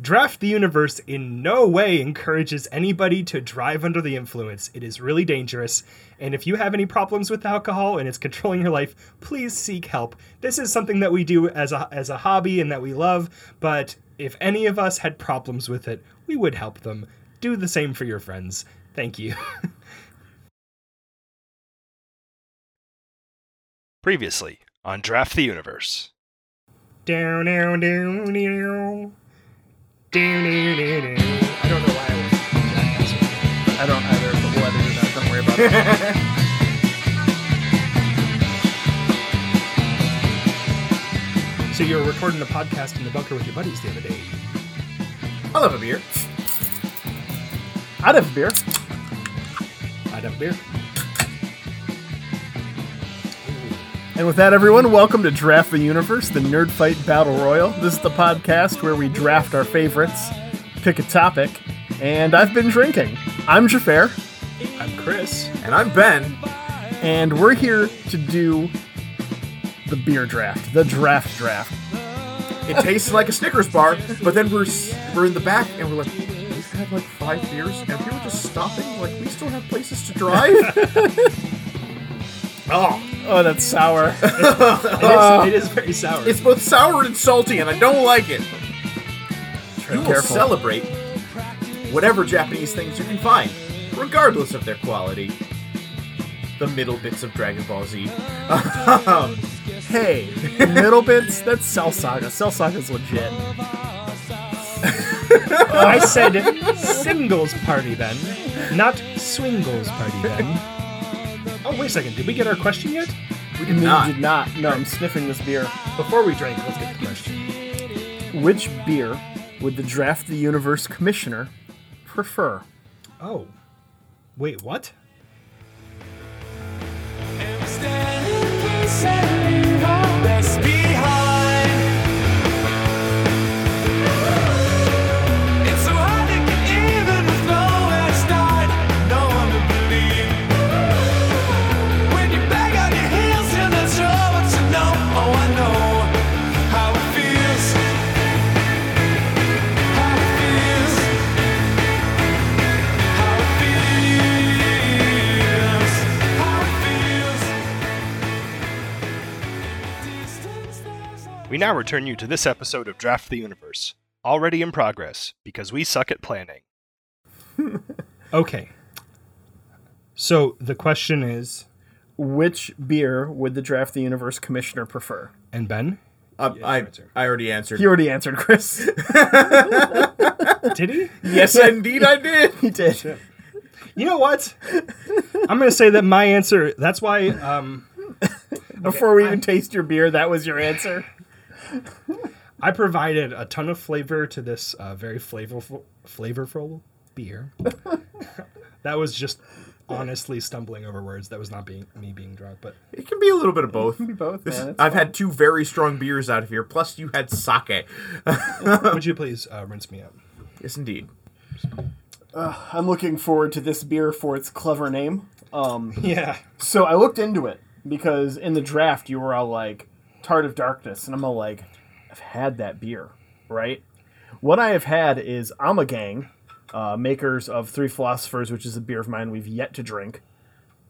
Draft the Universe in no way encourages anybody to drive under the influence. It is really dangerous. And if you have any problems with alcohol and it's controlling your life, please seek help. This is something that we do as a, as a hobby and that we love, but if any of us had problems with it, we would help them. Do the same for your friends. Thank you. Previously on Draft the Universe. Down, down, down, down. Down, down, down, down. I don't know why I was doing that last one. I don't either, but we'll edit it out. Don't worry about it. So you were recording a podcast in the bunker with your buddies the other day. I'll have a beer. I'd have a beer. I'd have a beer. And with that, everyone, welcome to Draft the Universe, the Nerd Fight Battle Royal. This is the podcast where we draft our favorites, pick a topic, and I've been drinking. I'm Jafar, I'm Chris. And I'm Ben. and we're here to do the beer draft, the draft draft. It tasted like a Snickers bar, but then we're s- we're in the back and we're like, we had like five beers and we were just stopping. Like we still have places to drive. oh, Oh, that's sour. It is, it is very sour. it's both sour and salty, and I don't like it. You will careful. celebrate whatever Japanese things you can find, regardless of their quality. The middle bits of Dragon Ball Z. hey, middle bits, that's Cell Saga. Cell Saga's legit. I said singles party then, not swingles party then. Oh, wait a second. Did we get our question yet? We did We not. did not. No, I'm sniffing this beer. Before we drank, let's get the question. Which beer would the Draft the Universe Commissioner prefer? Oh. Wait, what? We now return you to this episode of Draft the Universe, already in progress because we suck at planning. Okay. So the question is, Which beer would the Draft the Universe Commissioner prefer? and Ben, Uh, I, I already answered. You already answered, Chris. did he? Yes, indeed, I did. he did. You know what? I'm gonna say that my answer. That's why. Um, Before we even taste your beer, that was your answer. I provided a ton of flavor to this uh, very flavorful, flavorful beer. that was just honestly stumbling over words. That was not being me being drunk, but It can be a little bit of both. both, This man, is, it's I've had two very strong beers out of here. Plus, you had sake. would you please uh, rinse me out? Yes, indeed. I'm looking forward to this beer for its clever name. Um, Yeah. so I looked into it because in the draft you were all like "Tart of Darkness," and I'm all like, "I've had that beer, right?" What I have had is Amagang, uh, makers of Three Philosophers, which is a beer of mine we've yet to drink.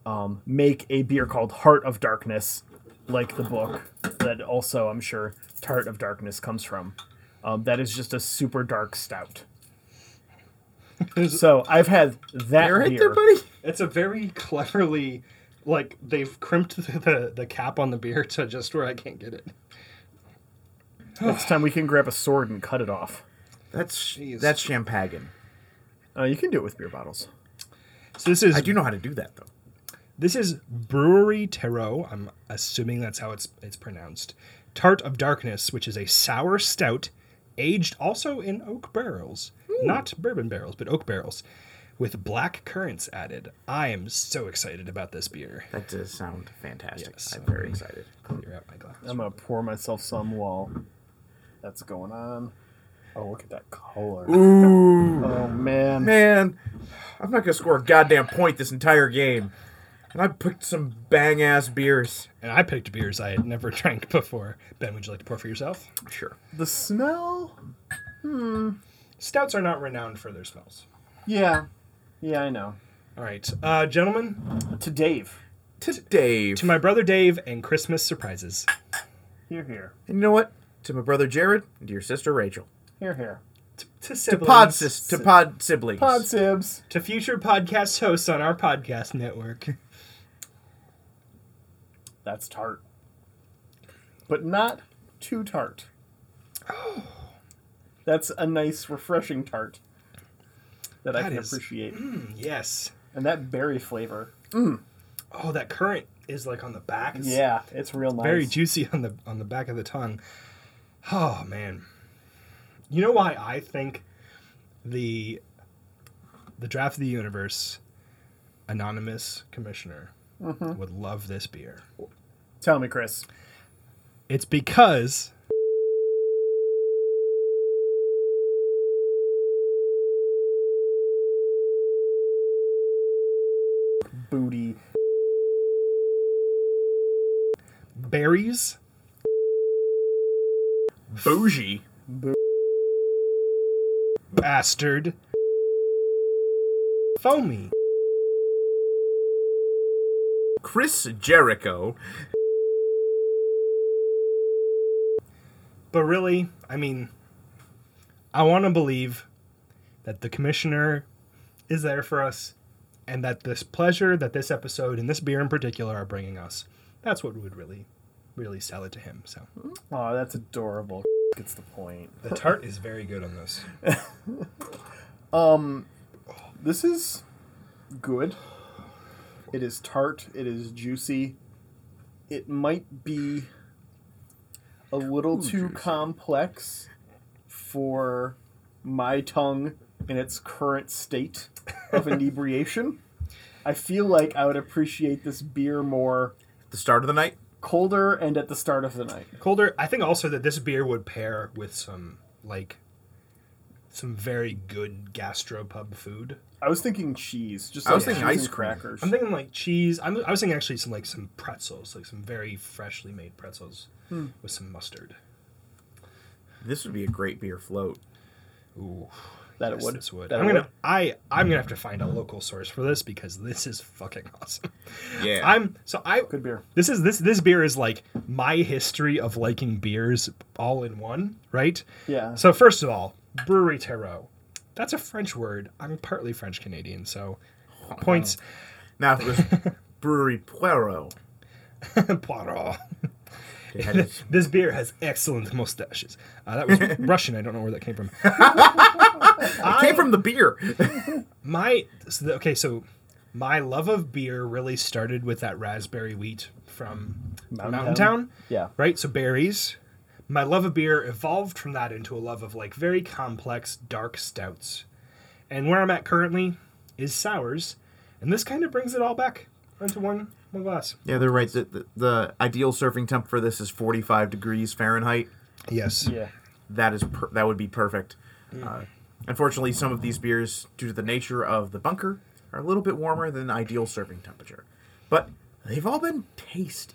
Um, make a beer called Heart of Darkness, like the book that also I'm sure Tart of Darkness comes from. Um, that is just a super dark stout. So I've had that You're right beer. there, buddy. It's a very cleverly, like they've crimped the, the, the cap on the beer to just where I can't get it. Next time we can grab a sword and cut it off. That's Jeez. that's champagne. Uh, you can do it with beer bottles. So this is I do know how to do that though. This is Brewery Tarot. I'm assuming that's how it's it's pronounced. Tart of Darkness, which is a sour stout, aged also in oak barrels, not bourbon barrels, but oak barrels, with black currants added. I am so excited about this beer. That does sound fantastic. Yes. I'm very excited. Clear out my glass. I'm gonna pour myself some while that's going on. Oh, look at that color. Ooh, Oh man, man, I'm not gonna score a goddamn point this entire game, and I picked some bang ass beers. And I picked beers I had never drank before. Ben, would you like to pour for yourself? Sure. the smell. Stouts are not renowned for their smells. Yeah. Yeah, I know. All right, uh, gentlemen, To Dave. To Dave. to my brother Dave and Christmas surprises. Here, here. and you know what? To my brother Jared and to your sister Rachel. Here, here. To, to To siblings. pod, sis- to pod siblings. Pod Sibs. to future podcast hosts on our podcast network. That's tart. But not too tart. That's a nice, refreshing tart that, I That can is- appreciate. yes. And that berry flavor. Oh, that current is like on the back. It's Yeah, it's real nice. Very juicy on the on the back of the tongue. Oh man. You know why I think the the draft of the universe anonymous commissioner Mm-hmm. would love this beer. Tell me, Chris. It's because Booty. berries, Bougie. bastard, foamy, Chris Jericho. But really, I mean, I want to believe that the commissioner is there for us and that this pleasure that this episode and this beer in particular are bringing us, that's what would really, really sell it to him. So Oh, that's adorable. Gets the point. the tart is very good on this. Um, this is good. It is tart. It is juicy. It might be a little too complex for my tongue in its current state of inebriation. I feel like I would appreciate this beer more At the start of the night. colder and at the start of the night. Colder, I think also that this beer would pair with some, like, some very good gastropub food. I was thinking cheese. Just I was like thinking cheese ice and cream. crackers. I'm thinking like cheese. I'm, I was thinking actually some like some pretzels, like some very freshly made pretzels with some mustard. This would be a great beer float. Ooh, that yes, it would. this would. That I'm it gonna. I I'm gonna have to find a local source for this because this is fucking awesome. Yeah. I'm so I. Good beer. This is this this beer is like my history of liking beers all in one, right? Yeah. So first of all, brewery tarot. That's a French word. I'm partly French Canadian, so points now if it was Brewery Puero. Poirot. They had this- This beer has excellent mustaches. Uh, that was Russian. I don't know where that came from. it came from the beer. My so the, okay, so my love of beer really started with that raspberry wheat from Mountain, Town. Mountain Town? Yeah. right? So berries. My love of beer evolved from that into a love of like very complex dark stouts, and where I'm at currently is sours, and this kind of brings it all back into one one glass. yeah, they're right. The, the, the ideal serving temp for this is 45 degrees Fahrenheit. Yes. Yeah. that is per- that would be perfect. Uh, unfortunately, some of these beers, due to the nature of the bunker, are a little bit warmer than ideal serving temperature, but they've all been tasty.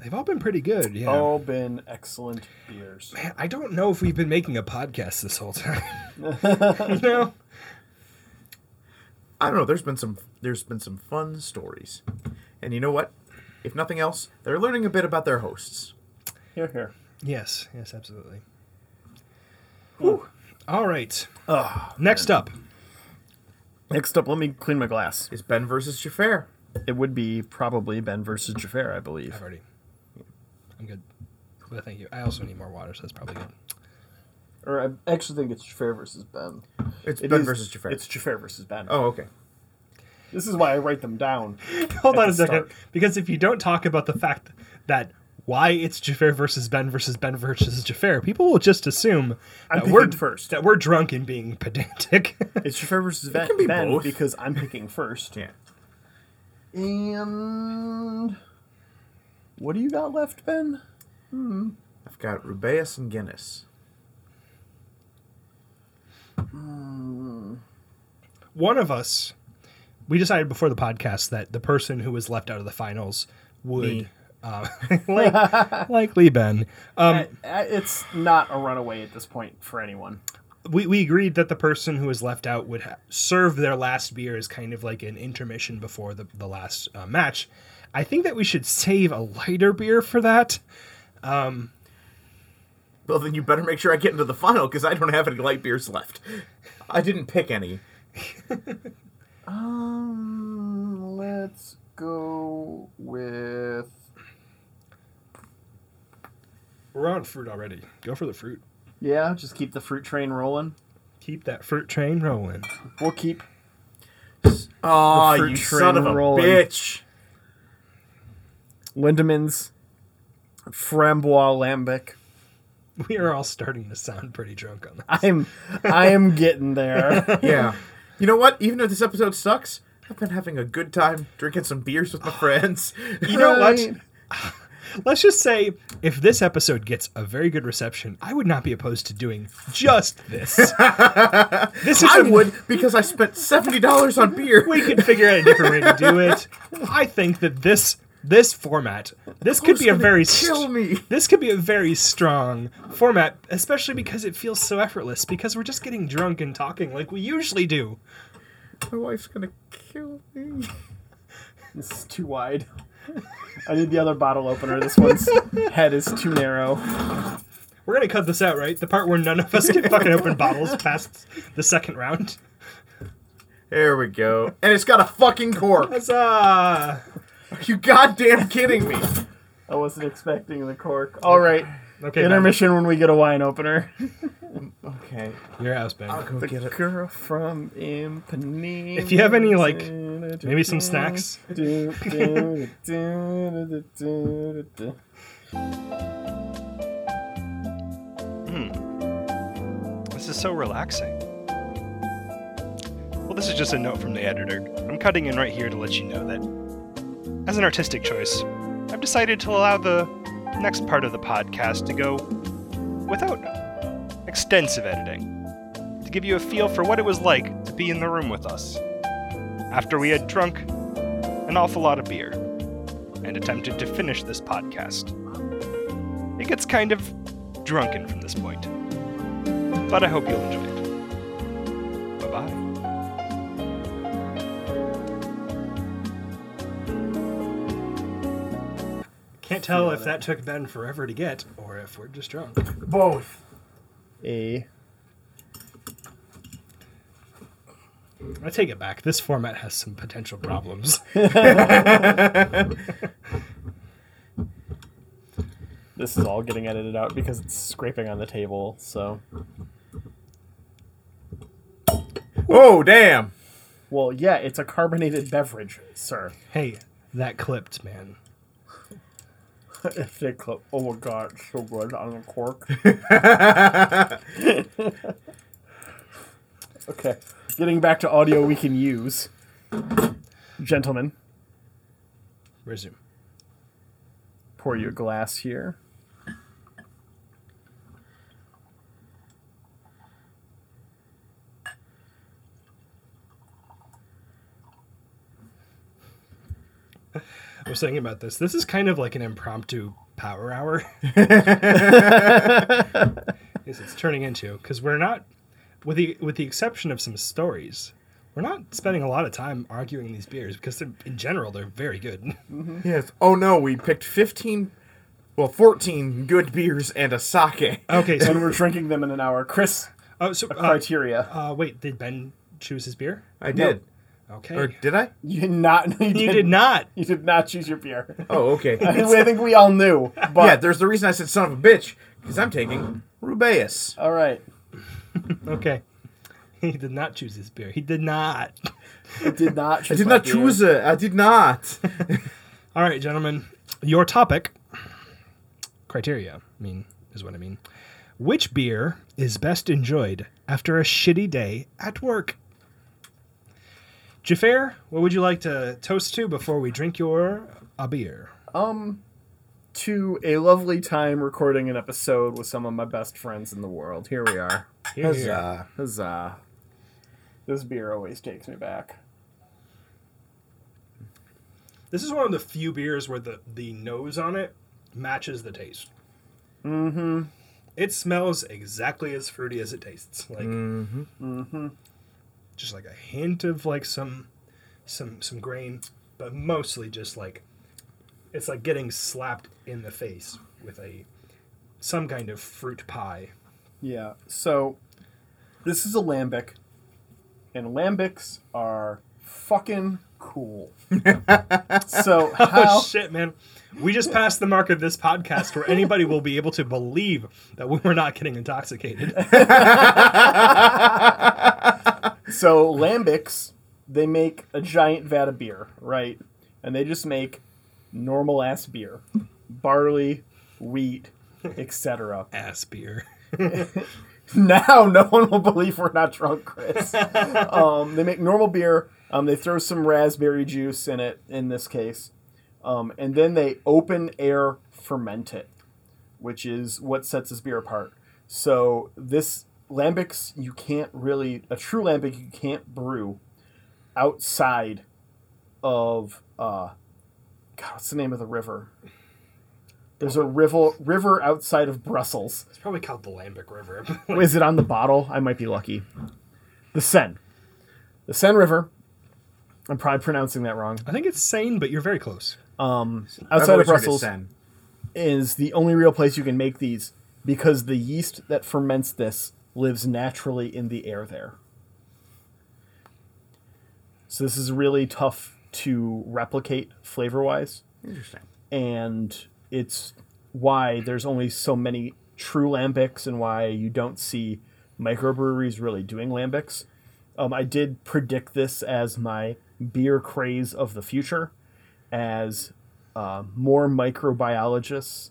They've all been pretty good. Yeah. All been excellent beers. Man, I don't know if we've been making a podcast this whole time. you know. I don't know. There's been some there's been some fun stories, and you know what? If nothing else, they're learning a bit about their hosts. Here, here. Yes, yes, absolutely. All right. Next up, Next up, let me clean my glass. Is Ben versus Jafar? It would be probably Ben versus Jafar, I believe. I've already. I'm good. But thank you. I also need more water, so that's probably good. Or I actually think it's Jafar versus Ben. It's It Ben is- versus Jafar. It's Jafar versus Ben. oh, okay. This is why I write them down. Hold At on a the second, start. because if you don't talk about the fact that why it's Jafar versus Ben versus Ben versus Jafar, people will just assume I'm that we're picking first. that we're drunk and being pedantic. It's Jafar versus Ben, can be ben both. because I'm picking first. Yeah. And what do you got left, Ben? I've got Rubeus and Guinness. One of us, we decided before the podcast that the person who was left out of the finals would. Me. Uh, like, likely Ben. Um, I- I- it's not a runaway at this point for anyone. we, we agreed that the person who was left out would ha- serve their last beer as kind of like an intermission before the, the last uh, match. I think that we should save a lighter beer for that. Well, then you better make sure I get into the funnel because I don't have any light beers left. I didn't pick any. Um, let's go with. We're on fruit already. Go for the fruit. Yeah, just keep the fruit train rolling. Keep that fruit train rolling. We'll keep. Oh, fruit you train son of a rolling. bitch! Lindemans, Frambois Lambic. We are all starting to sound pretty drunk on that. I'm, I am getting there. Yeah. You know what? Even though this episode sucks, I've been having a good time drinking some beers with my friends. You know what? Right. Let's just say if this episode gets a very good reception, I would not be opposed to doing just this. this is I something would because I spent seventy dollars on beer. we could figure out a different way to do it. I think that this this format this could be a It's gonna very kill st- me. this could be a very strong format, especially because it feels so effortless. Because we're just getting drunk and talking like we usually do. My wife's gonna kill me. this is too wide. I need the other bottle opener. This one's head is too narrow. We're gonna cut this out, right? The part where none of us can fucking open bottles past the second round. There we go. And it's got a fucking cork. Huzzah! Are you goddamn kidding me? I wasn't expecting the cork. All right, Okay, intermission when we get a wine opener. Okay, Matt, you're out, Ben. go get it. Girl from Ipanema. If you have any, like, Maybe some snacks. This is so relaxing. Well, this is just a note from the editor. I'm cutting in right here to let you know that, as an artistic choice, I've decided to allow the next part of the podcast to go without extensive editing, to give you a feel for what it was like to be in the room with us after we had drunk an awful lot of beer and attempted to finish this podcast. It gets kind of drunken from this point but I hope you'll enjoy it. Bye bye. Can't tell if that took Ben forever to get or if we're just drunk. Both. A. I take it back. This format has some potential problems. This is all getting edited out because it's scraping on the table. So, Oh damn. well, yeah, it's a carbonated beverage, sir. hey, that clipped, man. if they cl- oh my god, it's so good on the cork. okay, getting back to audio we can use, gentlemen. Resume. pour you a glass here. I was thinking about this. This is kind of like an impromptu power hour. Yes, it's turning into because we're not, with the with the exception of some stories, we're not spending a lot of time arguing these beers because they're, in general they're very good. Yes. Oh no, we picked fifteen, well, fourteen good beers and a sake. okay, And so we're drinking them in an hour. Chris, oh, so uh, criteria. uh, wait, did Ben choose his beer? I did. Okay, Or did I? You did not. You, you did not. You did not choose your beer. Oh, okay. I think we all knew. But yeah, there's the reason I said son of a bitch because I'm taking Rubeus. all right, Okay, he did not choose his beer. He did not. I did not. I Choose did my not beer. choose it. I did not. All right, gentlemen, your topic criteria, I mean, is what I mean. Which beer is best enjoyed after a shitty day at work? Jafar, what would you like to toast to before we drink your a beer? To a lovely time recording an episode with some of my best friends in the world. Here we are. Here, here. Huzzah. Huzzah. This beer always takes me back. This is one of the few beers where the, the nose on it matches the taste. It smells exactly as fruity as it tastes. Like just like a hint of like some some some grain, but mostly just like it's like getting slapped in the face with a some kind of fruit pie. Yeah. So this is a lambic, and lambics are fucking cool. so how? Oh shit, man. We just passed the mark of this podcast where anybody will be able to believe that we were not getting intoxicated. So lambics, they make a giant vat of beer, right? And they just make normal ass beer, barley, wheat, etc. Ass beer. now no one will believe we're not drunk, Chris. um, they make normal beer. Um, they throw some raspberry juice in it, in this case, um, and then they open air ferment it, which is what sets this beer apart. So this lambics you can't really a true lambic you can't brew outside of uh, God, what's the name of the river? There's a river river outside of Brussels. It's probably called the Lambic River. Is it on the bottle? I might be lucky. The Seine. The Seine River. I'm probably pronouncing that wrong. I think it's sane, but you're very close. I've Outside of always heard it Brussels Sen. is the only real place you can make these because the yeast that ferments this lives naturally in the air there. So this is really tough to replicate flavor wise. Interesting. and it's why there's only so many true lambics and why you don't see microbreweries really doing lambics. Um, I did predict this as my beer craze of the future, as uh, more microbiologists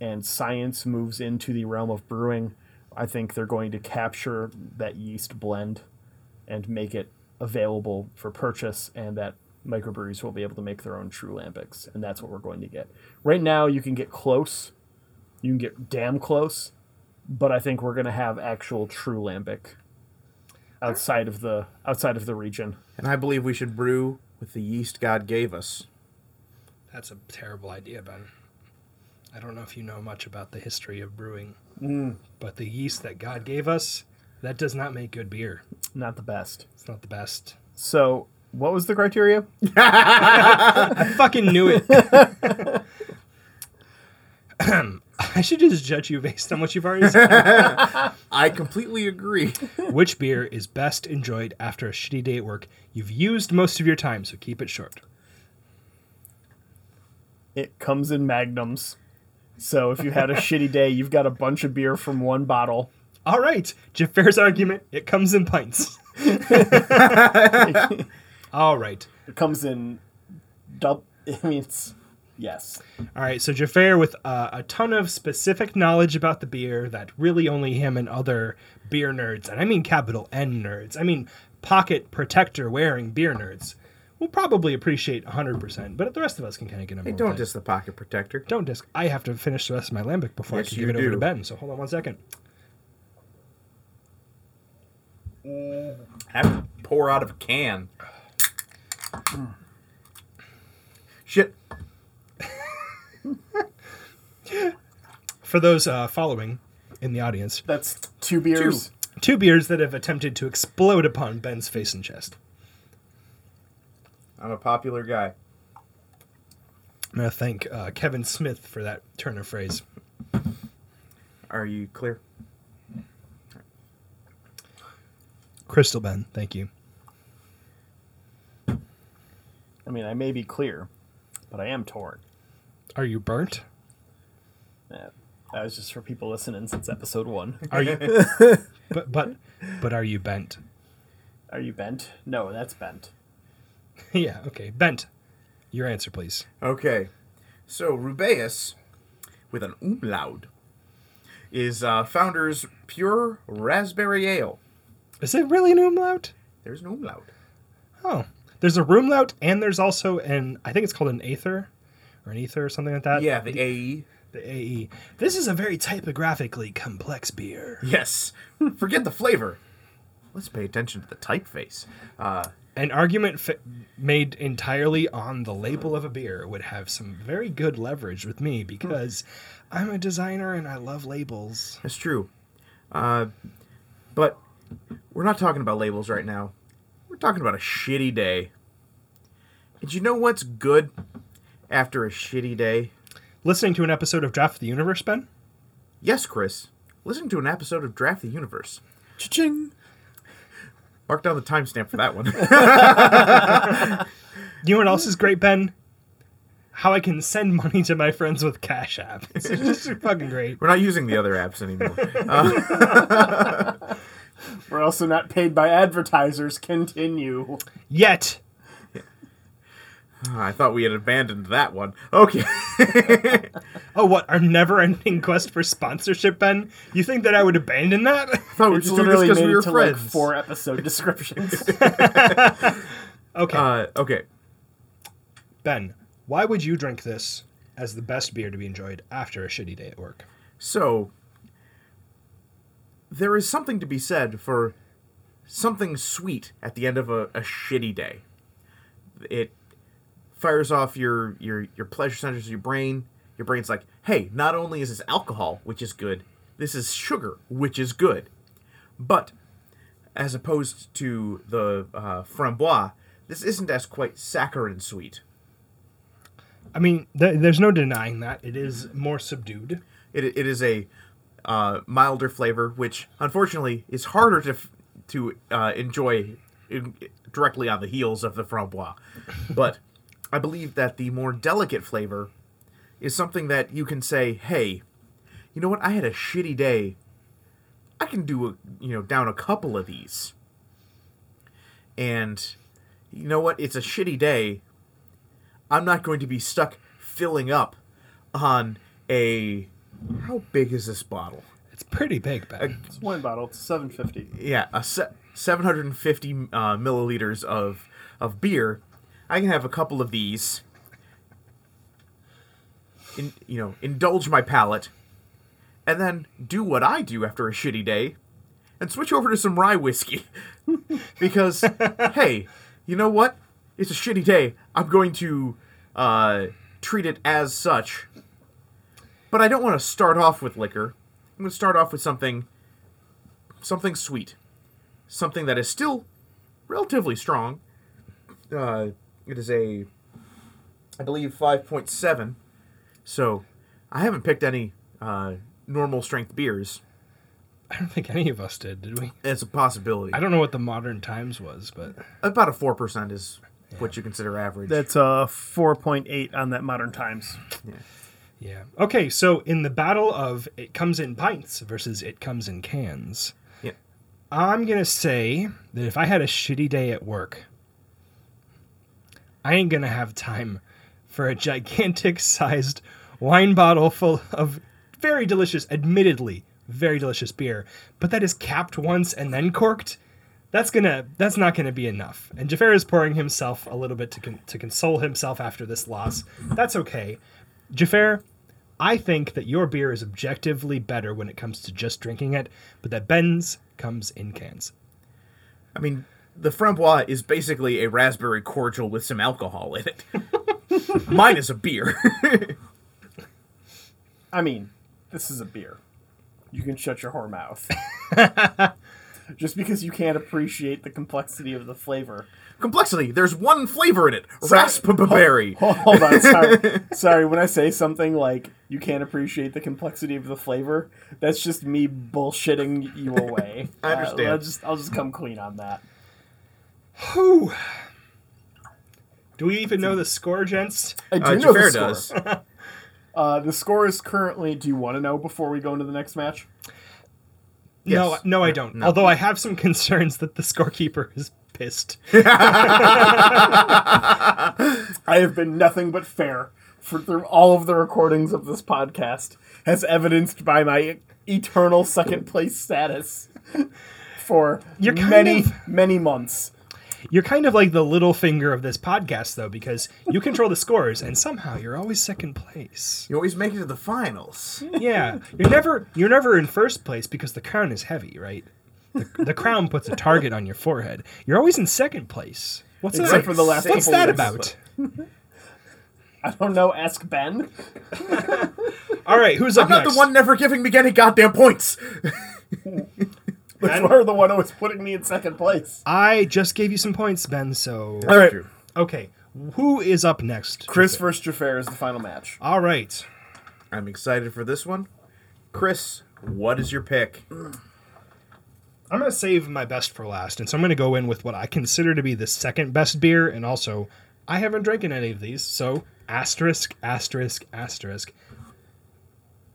and science moves into the realm of brewing. I think they're going to capture that yeast blend and make it available for purchase, and that microbreweries will be able to make their own true lambics, and that's what we're going to get. Right now, you can get close, you can get damn close, but I think we're going to have actual true lambic outside of the outside of the region. And I believe we should brew with the yeast God gave us. That's a terrible idea, Ben. I don't know if you know much about the history of brewing, but the yeast that God gave us, that does not make good beer. Not the best. It's not the best. So, what was the criteria? I fucking knew it. I should just judge you based on what you've already said. I completely agree. Which beer is best enjoyed after a shitty day at work? You've used most of your time, so keep it short. It comes in magnums. So, if you had a shitty day, you've got a bunch of beer from one bottle. All right, Jaffar's argument. It comes in pints. All right. It comes in dub. I mean, it's yes. All right, so Jafar, with uh, a ton of specific knowledge about the beer that really only him and other beer nerds, and I mean capital N nerds, I mean pocket protector wearing beer nerds, will probably appreciate 100%, but the rest of us can kind of get on Hey, board don't with it. diss the pocket protector. Don't disc. I have to finish the rest of my lambic before I Yes, can you give it over do. to Ben, so hold on one second. Have it pour out of a can. Hmm. Shit. For those uh, following in the audience, That's two beers. two beers that have attempted to explode upon Ben's face and chest. I'm a popular guy. I'm going to thank uh, Kevin Smith for that turn of phrase. Are you clear? Crystal Ben, thank you. I mean, I may be clear, but I am torn. Are you burnt? Eh, That was just for people listening since episode one. Are you? but but but are you bent? Are you bent? No, that's bent. yeah. Okay. Bent. Your answer, please. Okay. So Rubaeus, with an umlaut, is uh, founder's pure raspberry ale. Is it really an umlaut? There's an umlaut. Oh, there's a roomlaut, and there's also an I think it's called an aether, or an ether or something like that. Yeah, the AE. The E. AE. This is a very typographically complex beer. Yes. Forget the flavor. Let's pay attention to the typeface. Uh, An argument fa- made entirely on the label of a beer would have some very good leverage with me because I'm a designer and I love labels. That's true. Uh, but we're not talking about labels right now. We're talking about a shitty day. And you know what's good after a shitty day? Listening to an episode of Draft of the Universe, Ben? Yes, Chris. Listen to an episode of Draft the Universe. Cha-ching. Mark down the timestamp for that one. You know what else is great, Ben? How I can send money to my friends with Cash App. It's just fucking great. we're not using the other apps anymore. We're also not paid by advertisers. Continue. Yet, Ah, I thought we had abandoned that one. Okay. oh, what, our never ending quest for sponsorship, Ben? You think that I would abandon that? I thought we were It's just doing this literally because made we it were to friends. like four episode descriptions. Okay, uh, okay. Ben, why would you drink this as the best beer to be enjoyed after a shitty day at work? So, there is something to be said for something sweet at the end of a, a shitty day. It fires off your, your, your pleasure centers of your brain. Your brain's like, hey, not only is this alcohol, which is good, this is sugar, which is good. But as opposed to the uh, framboise, this isn't as quite saccharine sweet. I mean, th- there's no denying that. It is more subdued. It, it is a uh, milder flavor, which unfortunately is harder to f- to uh, enjoy in, directly on the heels of the framboise. But I believe that the more delicate flavor is something that you can say, "Hey, you know what? I had a shitty day. I can do a you know down a couple of these." And you know what? It's a shitty day. I'm not going to be stuck filling up on a how big is this bottle? It's pretty big, Ben. it's one bottle. It's seven fifty. Yeah, a se- 750 uh, milliliters of of beer. I can have a couple of these. In, you know, indulge my palate, and then do what I do after a shitty day, and switch over to some rye whiskey, because hey, you know what? It's a shitty day. I'm going to uh, treat it as such. But I don't want to start off with liquor. I'm going to start off with something something sweet, something that is still relatively strong. Uh, it is a, I believe, five point seven. So, I haven't picked any uh, normal strength beers. I don't think any of us did, did we? It's a possibility. I don't know what the modern times was, but About a four percent is what you consider average. That's uh four point eight on that Modern Times. yeah. Okay, so in the battle of it comes in pints versus it comes in cans, yeah. I'm going to say that if I had a shitty day at work, I ain't going to have time for a gigantic sized wine bottle full of very delicious, admittedly, very delicious beer, but that is capped once and then corked. That's gonna. That's not gonna be enough. And Jafar is pouring himself a little bit to con- to console himself after this loss. That's okay. Jafar, I think that your beer is objectively better when it comes to just drinking it, but that Ben's comes in cans. I mean, the framboise is basically a raspberry cordial with some alcohol in it. Mine is a beer. I mean, this is a beer. You can shut your whore mouth. Just because you can't appreciate the complexity of the flavor. Complexity. There's one flavor in it. Raspberry. Hold, hold on, sorry. sorry, when I say something like you can't appreciate the complexity of the flavor, that's just me bullshitting you away. I understand. Uh, I'll just I'll just come clean on that. Whew. Do we even know the score, gents? I do Uh, know the Jafar score. does. Uh, the score is currently. Do you want to know before we go into the next match? No, Yes. no, I don't. Although I have some concerns that the scorekeeper is pissed. I have been nothing but fair for through all of the recordings of this podcast, as evidenced by my eternal second place status for You're kind many of- many months. You're kind of like the little finger of this podcast, though, because you control the scores, and somehow you're always second place. You always make it to the finals. Yeah, you're never you're never in first place because the crown is heavy, right? The, the crown puts a target on your forehead. You're always in second place. What's Except that? for the last What's couple that weeks. about? I don't know. Ask Ben. All right, who's up I'm not next? the one never giving me any goddamn points. But you're the one who was putting me in second place. I just gave you some points, Ben. So All right, okay, who is up next? Chris versus Jafar is the final match. All right. I'm excited for this one. Chris, what is your pick? I'm going to save my best for last, and so I'm going to go in with what I consider to be the second best beer, and also I haven't drinking any of these, so asterisk, asterisk, asterisk.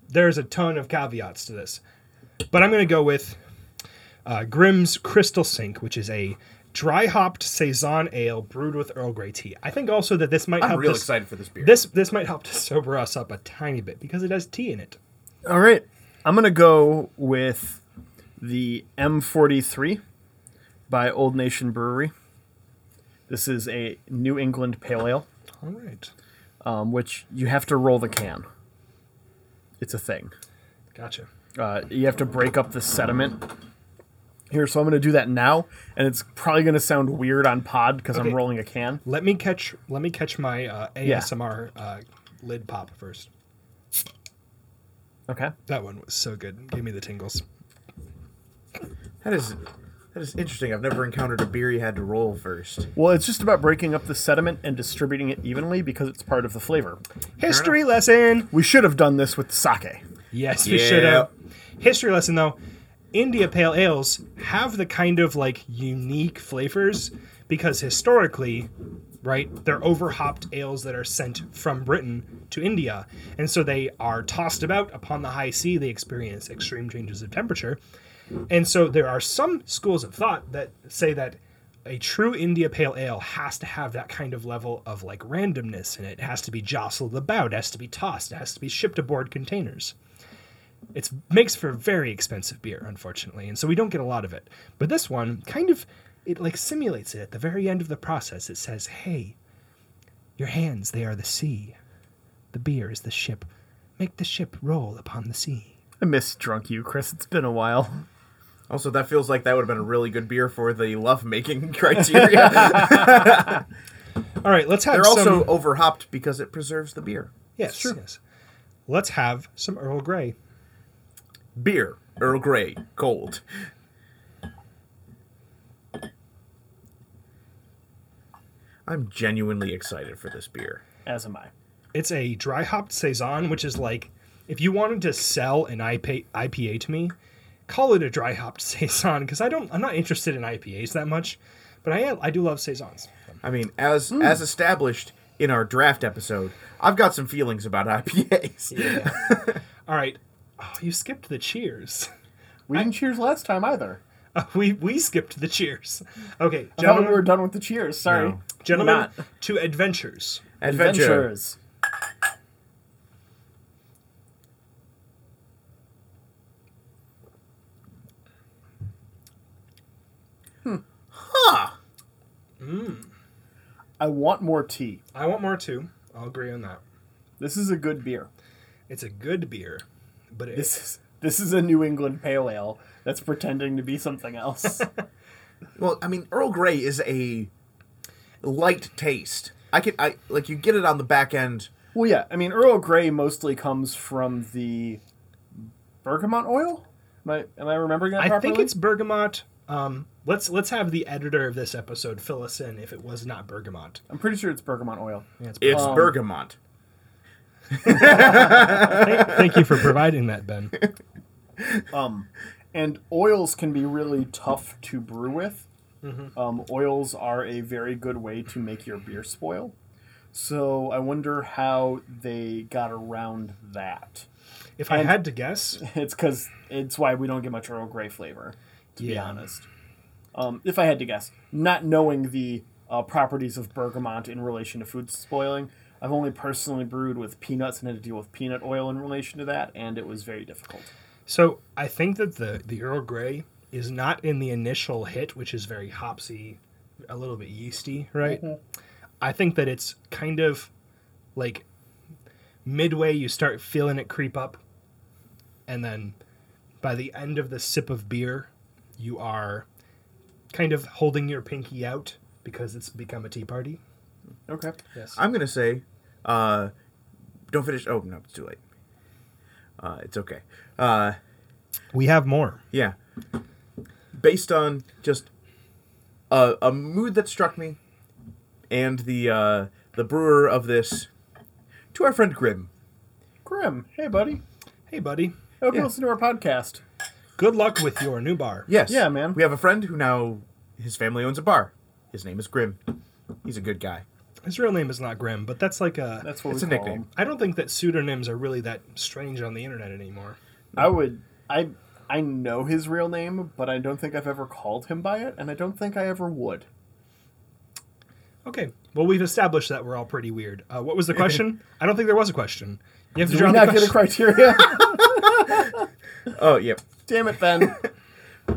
There's a ton of caveats to this, but I'm going to go with uh, Grimm's Crystal Sink, which is a dry hopped saison ale brewed with Earl Grey tea. I think also that this might I'm help. real us- excited for this beer. This this might help to sober us up a tiny bit because it has tea in it. All right. I'm going to go with the M43 by Old Nation Brewery. This is a New England Pale Ale, All right, um, which you have to roll the can. It's a thing. gotcha. Uh, you have to break up the sediment. Here, so I'm going to do that now, and it's probably going to sound weird on pod because Okay. I'm rolling a can. Let me catch. Let me catch my uh, ASMR uh, lid pop first. Okay. That one was so good. Gave me the tingles. That is that is interesting. I've never encountered a beer you had to roll first. Well, it's just about breaking up the sediment and distributing it evenly because it's part of the flavor. History lesson. We should have done this with sake. Yes, we Yeah. should have. History lesson though. India pale ales have the kind of like unique flavors because historically, right, they're overhopped ales that are sent from Britain to India. And so they are tossed about upon the high sea. They experience extreme changes of temperature. And so there are some schools of thought that say that a true India Pale Ale has to have that kind of level of like randomness in it. It has to be jostled about, it has to be tossed, it has to be shipped aboard containers. It makes for very expensive beer, unfortunately, and so we don't get a lot of it. But this one kind of it like simulates it at the very end of the process. It says, "Hey, your hands they are the sea. The beer is the ship. Make the ship roll upon the sea." I miss drunk you, Chris. It's been a while. Also, that feels like that would have been a really good beer for the lovemaking criteria. All right, let's have They're some also overhopped because it preserves the beer. Yes, yes. Let's have some Earl Grey. Beer, Earl Grey, cold. I'm genuinely excited for this beer. As am I. It's a dry hopped saison, which is like if you wanted to sell an IPA, IPA to me, call it a dry hopped saison because I don't. I'm not interested in IPAs that much, but I am, I do love saisons. I mean, as as established in our draft episode, I've got some feelings about IPAs. All right. Oh, you skipped the cheers. We didn't cheers last time either. we we skipped the cheers. Okay, I thought we gentlemen, were done with the cheers. Sorry. No. gentlemen, Not. to adventures. Adventure. Adventures. Hmm. Huh. I want more tea. I want more too. I'll agree on that. This is a good beer. It's a good beer, but it, This is this is a New England pale ale that's pretending to be something else. Well, I mean, Earl Grey is a light taste. I can, I like, you get it on the back end. well, yeah. I mean, Earl Grey mostly comes from the bergamot oil. Am I, am I remembering that I properly? think it's bergamot. Um, let's let's have the editor of this episode fill us in if it was not bergamot. I'm pretty sure it's bergamot oil. Yeah, it's It's Um, bergamot. thank, thank you for providing that, Ben. Um, and oils can be really tough to brew with. Mm-hmm. Um, oils are a very good way to make your beer spoil. So I wonder how they got around that. If I And- had to guess, It's because it's why we don't get much Earl Grey flavor, to be Yeah. honest. Um, if I had to guess, not knowing the uh, properties of bergamot in relation to food spoiling, I've only personally brewed with peanuts and had to deal with peanut oil in relation to that, and it was very difficult. so I think that the the Earl Grey is not in the initial hit, which is very hopsy, a little bit yeasty, right? I think that it's kind of like midway you start feeling it creep up, and then by the end of the sip of beer, you are kind of holding your pinky out because it's become a tea party. Okay. Yes. I'm gonna say, uh, don't finish. Oh no, it's too late. Uh, it's okay. Uh, we have more. yeah. Based on just a, a mood that struck me, and the uh, the brewer of this, to our friend Grim. Grim, hey buddy. Hey, buddy. I hope Yeah. you listen to our podcast. Good luck with your new bar. Yes. Yeah, man. We have a friend who now his family owns a bar. His name is Grim. He's a good guy. His real name is not Grim, but that's like a. That's what It's we a call nickname. him. I don't think that pseudonyms are really that strange on the internet anymore. I would. I I know his real name, but I don't think I've ever called him by it, and I don't think I ever would. Okay. Well, we've established that we're all pretty weird. Uh, what was the question? I don't think there was a question. You have to Did we drop the not get a question. criteria? Oh yep. Damn it, Ben. Can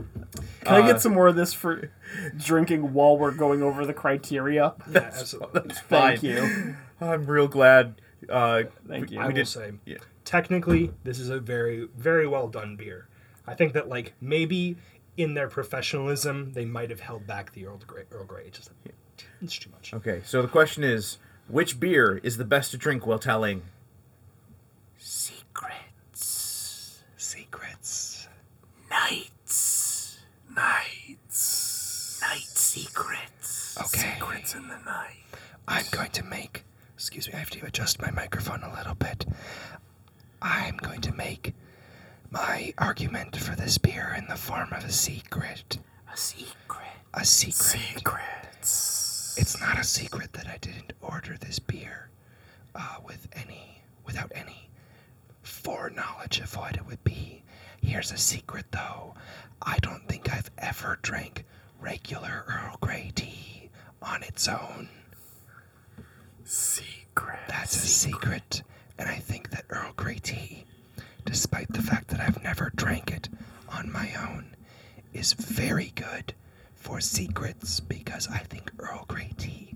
I get some more of this for drinking while we're going over the criteria? Yeah, absolutely. Fine. Thank you. I'm real glad. Uh, Thank we- you. We I will did. say, yeah. technically, this is a very, very well done beer. I think that like maybe in their professionalism, they might have held back the Earl Grey. Earl Grey, just a tinge too much. Okay, so the question is, which beer is the best to drink while telling? Secrets. Secrets. Nights. Nights. Night secrets. Okay. Secrets in the night. I'm going to make. Excuse me, I have to adjust my microphone a little bit. I'm going to make my argument for this beer in the form of a secret. A secret. A secret. Secrets. It's not a secret that I didn't order this beer uh, with any, without any foreknowledge of what it would be. Here's a secret, though. I don't think I've ever drank regular Earl Grey tea on its own. secret. That's a secret, and I think that Earl Grey tea, despite the fact that I've never drank it on my own, is very good for secrets because I think Earl Grey tea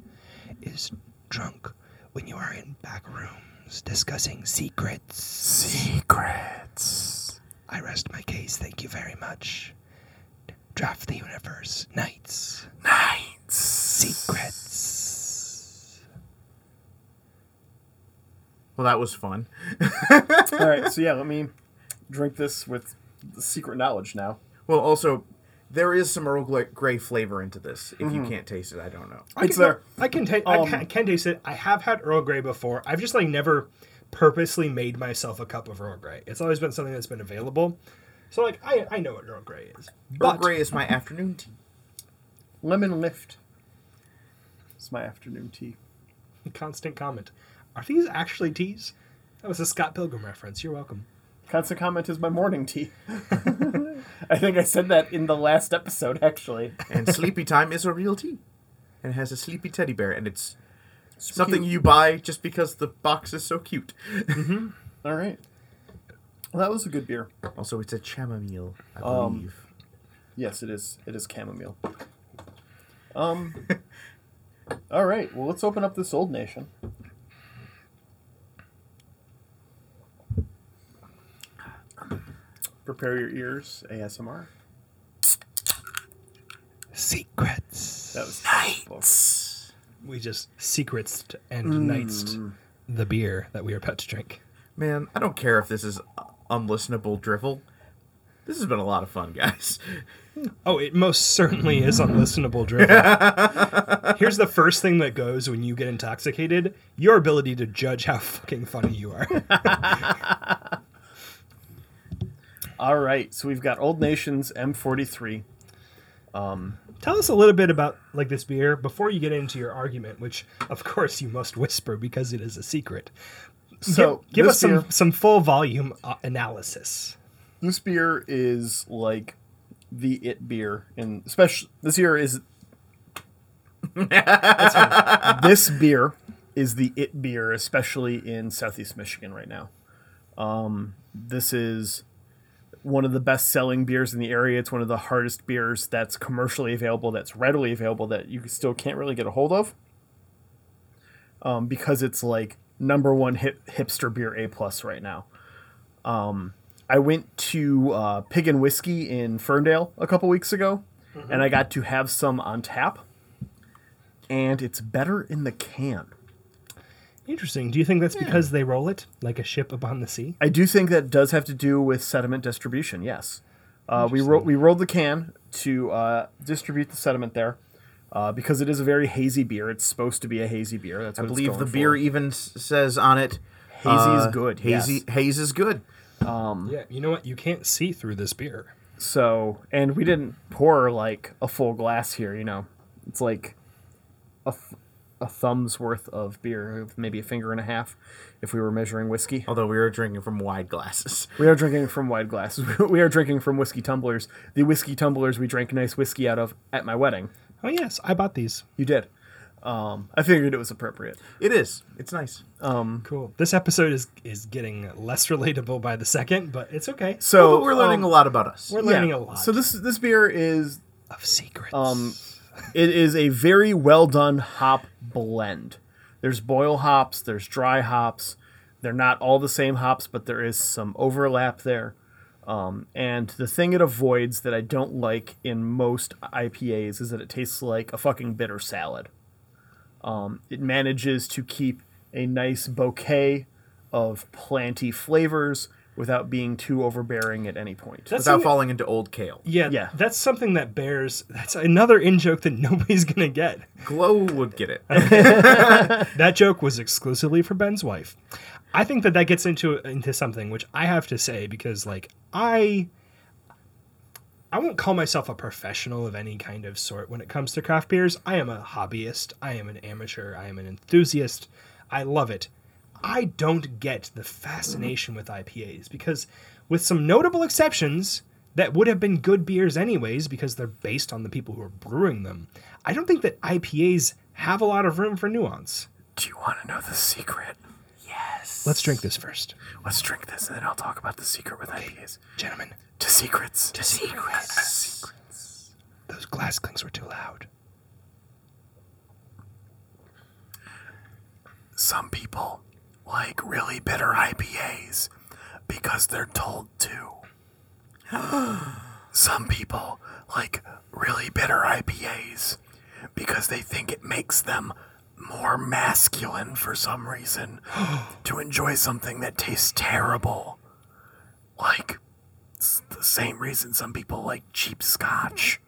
is drunk when you are in back rooms discussing secrets. Secrets. I rest my case. Thank you very much. Draft the universe. Knights. Nights. Secrets. Well, that was fun. All right, so yeah, let me drink this with secret knowledge now. Well, also, there is some Earl Gla- Grey flavor into this. If you can't taste it, I don't know. I It's can, there. I can, ta- I Um, can, can taste it. I have had Earl Grey before. I've just like never purposely made myself a cup of Earl Grey. It's always been something that's been available. So like I, I know what Earl Grey is. Earl But Grey is my afternoon tea. Lemon lift. It's my afternoon tea. constant comment. Are these actually teas? That was a Scott Pilgrim reference. You're welcome. Constant comment is my morning tea. I think I said that in the last episode, actually. and sleepy time is a real tea and it has a sleepy teddy bear and it's something you buy just because the box is so cute All right. Well, that was a good beer. also it's a chamomile i Um, believe Yes, it is. It is chamomile. Um. all right. Well, let's open up this old nation. Prepare your ears, ASMR. Secrets. That was terrible. We just secrets and Mm. knights the beer that we are about to drink. man i don't care if this is unlistenable drivel this has been a lot of fun guys Oh, it most certainly is unlistenable drivel. Here's the first thing that goes when you get intoxicated your ability to judge how fucking funny you are. All right. So we've got Old Nation's M43. Tell us a little bit about like this beer before you get into your argument, which of course you must whisper because it is a secret. So Give this us beer- some, some full volume uh, analysis. this beer is like the it beer and especially this year is this beer is the it beer especially in southeast michigan right now um, this is one of the best selling beers in the area it's one of the hardest beers that's commercially available that's readily available that you still can't really get a hold of um, because it's like number one hip, hipster beer a plus right now I went to uh, Pig and Whiskey in Ferndale a couple weeks ago, Mm-hmm. and I got to have some on tap, and it's better in the can. Interesting. Do you think that's because they roll it like a ship upon the sea? I do think that does have to do with sediment distribution. Yes, uh, we ro- we rolled the can to uh, distribute the sediment there uh, because it is a very hazy beer. It's supposed to be a hazy beer. That's what I it's believe going the for. beer even s- says on it. Hazy is good. Hazy yes. haze is good. Mm-hmm. Yeah. You know what? You can't see through this beer. So, and we didn't pour like a full glass here, you know. It's like a, th- a thumb's worth of beer, maybe a finger and a half if we were measuring whiskey. Although we were drinking from wide glasses. We are drinking from wide glasses. we are drinking from whiskey tumblers. The whiskey tumblers we drank nice whiskey out of at my wedding. Oh yes, I bought these. You did. Um, I figured it was appropriate. It is. It's nice. Cool. This episode is is getting less relatable by the second, but it's okay. So but we're learning a lot about us. We're yeah. learning a lot So this this beer is of secrets. Um, it is a very well done hop blend. There's boil hops, there's dry hops. They're not all the same hops, but there is some overlap there. Um, and the thing it avoids that I don't like in most IPAs is that it tastes like a fucking bitter salad. Um, it manages to keep a nice bouquet of planty flavors without being too overbearing at any point. That's Without something- falling into old kale. yeah, yeah. that's something that bears. That's another in joke that nobody's gonna get. Glow would get it. That joke was exclusively for Ben's wife. I think that that gets into into something which I have to say because like I I won't call myself a professional of any kind of sort when it comes to craft beers. I am a hobbyist, I am an amateur, I am an enthusiast. I love it. I don't get the fascination with IPAs because with some notable exceptions that would have been good beers anyways because they're based on the people who are brewing them. I don't think that IPAs have a lot of room for nuance. Do you want to know the secret? Let's drink this first. Let's drink this and then I'll talk about the secret with IPAs. Gentlemen, To secrets. To secrets. those glass clinks were too loud. Some people like really bitter IPAs because they're told to. Some people like really bitter IPAs because they think it makes them more masculine for some reason to enjoy something that tastes terrible. Like s- the same reason some people like cheap scotch.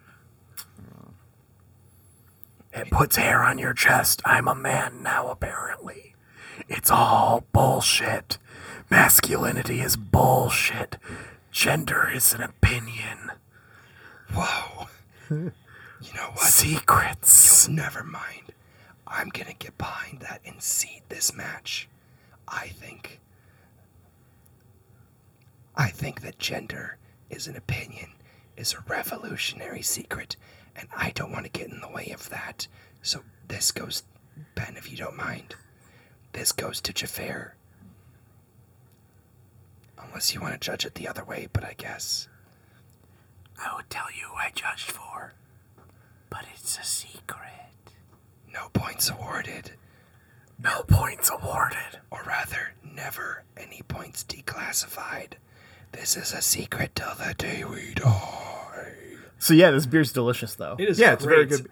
It puts hair on your chest. I'm a man now, apparently. It's all bullshit. Masculinity is bullshit. Gender is an opinion. Whoa. you know what? Secrets. Never mind. I'm gonna get behind that and seed this match. I think. I think that gender is an opinion, is a revolutionary secret, and I don't want to get in the way of that. So this goes, Ben, if you don't mind. This goes to Jafar. Unless you want to judge it the other way, but I guess. I will tell you who I judged for, but it's a secret. No points awarded. No points awarded. or rather, never any points declassified. This is a secret till the day we die. So, yeah, this beer's delicious, though. It is yeah, it's very good.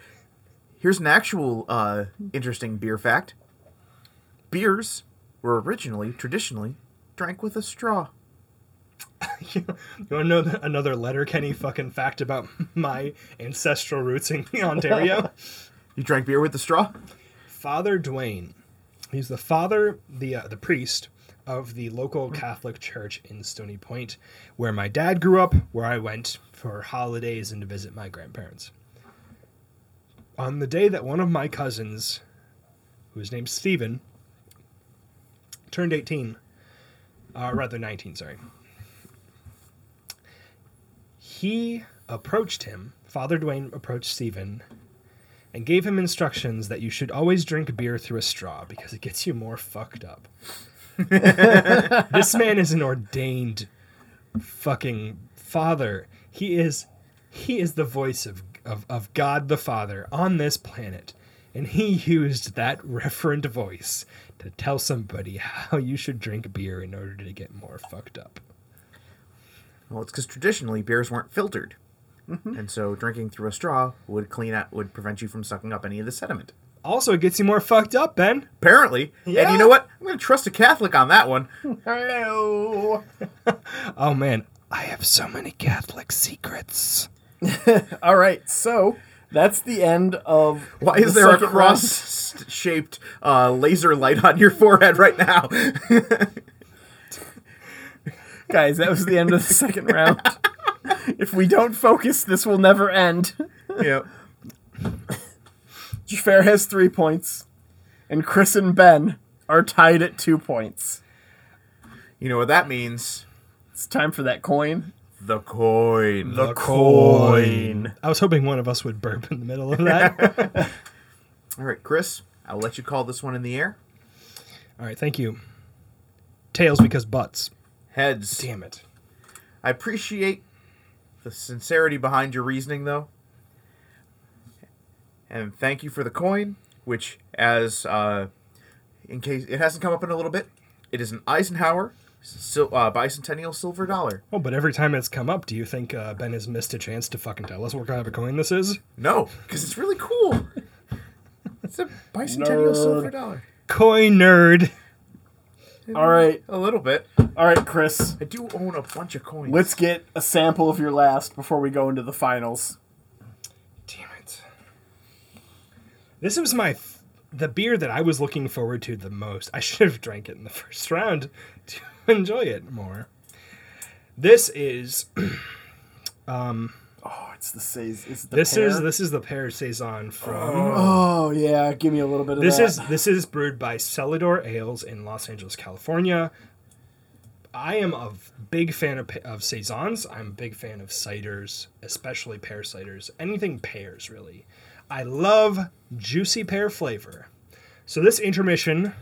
Here's an actual uh, interesting beer fact. Beers were originally, traditionally, drank with a straw. you want to know th- another letter, Kenny? Fucking fact about my ancestral roots in Ontario. You drank beer with a straw? Father Duane, he's the father, the uh, the priest of the local Catholic church in Stony Point, where my dad grew up, where I went for holidays and to visit my grandparents. On the day that one of my cousins, whose name's Stephen, turned 18, uh, rather 19, sorry, he approached him, Father Duane approached Stephen and gave him instructions that you should always drink beer through a straw because it gets you more fucked up. this man is an ordained fucking father. He is he is the voice of, of, of God the Father on this planet. And he used that referent voice to tell somebody how you should drink beer in order to get more fucked up. Well, it's because traditionally beers weren't filtered, and so drinking through a straw would clean out would prevent you from sucking up any of the sediment. Also, it gets you more fucked up, Ben. Apparently, and Yeah. you know what? I'm going to trust a Catholic on that one. Hello. Oh man, I have so many Catholic secrets. All right, so that's the end of. Why is the there a second round. cross-shaped uh, laser light on your forehead right now? guys? That was the end of the second round. if we don't focus, this will never end. yeah. Fair has three points, and Chris and Ben are tied at two points. You know what that means? It's time for that coin. The coin. The coin. I was hoping one of us would burp in the middle of that. All right, Chris, I'll let you call this one in the air. All right, thank you. Tails because butts. Heads. Damn it. I appreciate the sincerity behind your reasoning, though. And thank you for the coin, which, as uh, in case it hasn't come up in a little bit, it is an Eisenhower sil- uh, bicentennial silver dollar. Oh, but every time it's come up, do you think uh, Ben has missed a chance to fucking tell us what kind of a coin this is? No, because it's really cool. It's a bicentennial Nerd. silver dollar. Coin nerd. All right, A little bit. all right, Chris. I do own a bunch of coins. Let's get a sample of your last before we go into the finals. Damn it. This was my f- the beer that I was looking forward to the most. I should have drank it in the first round to enjoy it more. This is Oh, it's the says. Is it the this is pear? this is the pear saison from Oh yeah, give me a little bit of This that. is this is brewed by Celador Ales in Los Angeles, California. I am a big fan of, of saisons. I'm a big fan of ciders, especially pear ciders. Anything pears, really. I love juicy pear flavor. So this intermission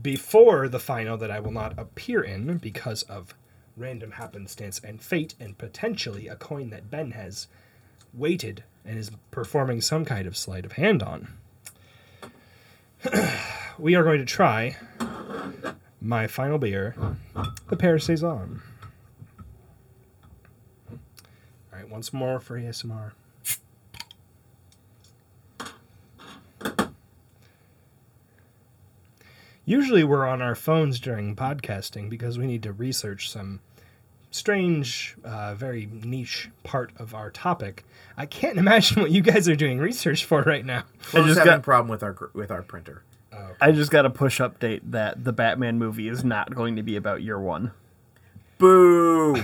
before the final that I will not appear in because of random happenstance and fate and potentially a coin that Ben has weighted and is performing some kind of sleight of hand on we are going to try my final beer, the Pear Saison. All right, once more for ASMR. Usually we're on our phones during podcasting because we need to research some strange, uh, very niche part of our topic. I can't imagine what you guys are doing research for right now. We're I just just having a got problem with our gr- with our printer. I just got a push update that the Batman movie is not going to be about year one. Boo!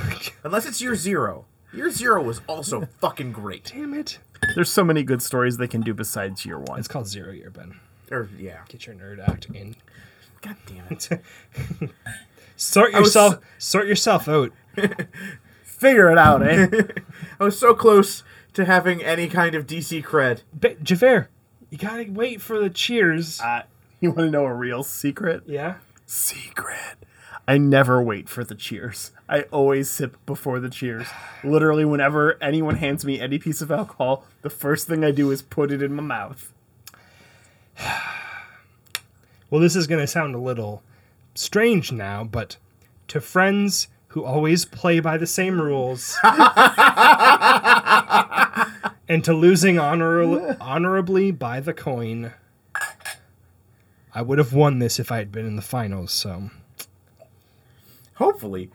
Unless it's year zero. Year zero was also fucking great. Damn it. There's so many good stories they can do besides year one. It's called Zero Year, Ben. Or yeah. Get your nerd act in. God damn it. Sort was- yourself. Sort yourself out. Figure it out, eh? I was so close to having any kind of DC cred. Ba Javert, you gotta wait for the cheers. uh, you want to know a real secret? yeah. Secret. I never wait for the cheers. I always sip before the cheers. Literally, whenever anyone hands me any piece of alcohol, the first thing I do is put it in my mouth. Well, this is gonna sound a little strange now, but to friends who always play by the same rules, and to losing honor- honorably by the coin, I would have won this if I had been in the finals. So. Hopefully.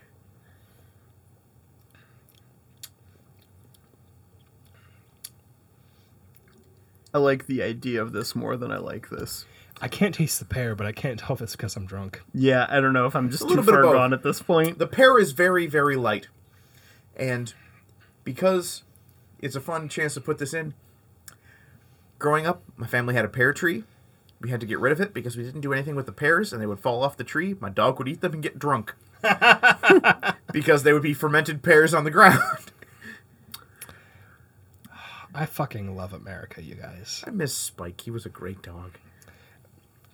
I like the idea of this more than I like this. I can't taste the pear, but I can't tell if it's because I'm drunk. Yeah, I don't know if I'm just too little bit far of both. gone at this point. The pair is very, very light. And because it's a fun chance to put this in, growing up, my family had a pear tree. We had to get rid of it because we didn't do anything with the pears and they would fall off the tree. My dog would eat them and get drunk. because they would be fermented pears on the ground. I fucking love America, you guys. I miss Spike. He was a great dog.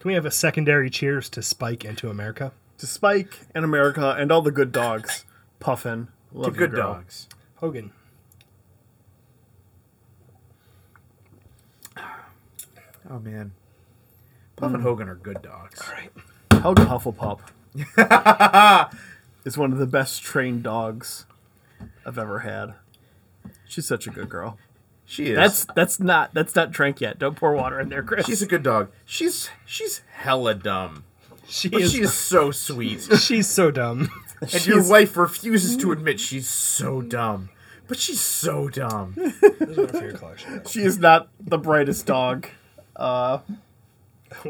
Can we have a secondary cheers to Spike into America? To Spike and America and all the good dogs. Puffin. The Love you, good girl. dogs. Hogan. Oh man. Puff and Hogan are good dogs. All right. Helga Hufflepuff is one of the best trained dogs I've ever had. She's such a good girl. She is. That's that's not that's not drink yet. Don't pour water in there, Chris. she's a good dog. She's she's hella dumb, She but is. she is so sweet. she's so dumb. And your wife refuses to admit she's so dumb. But she's so dumb. she is not the brightest dog. We're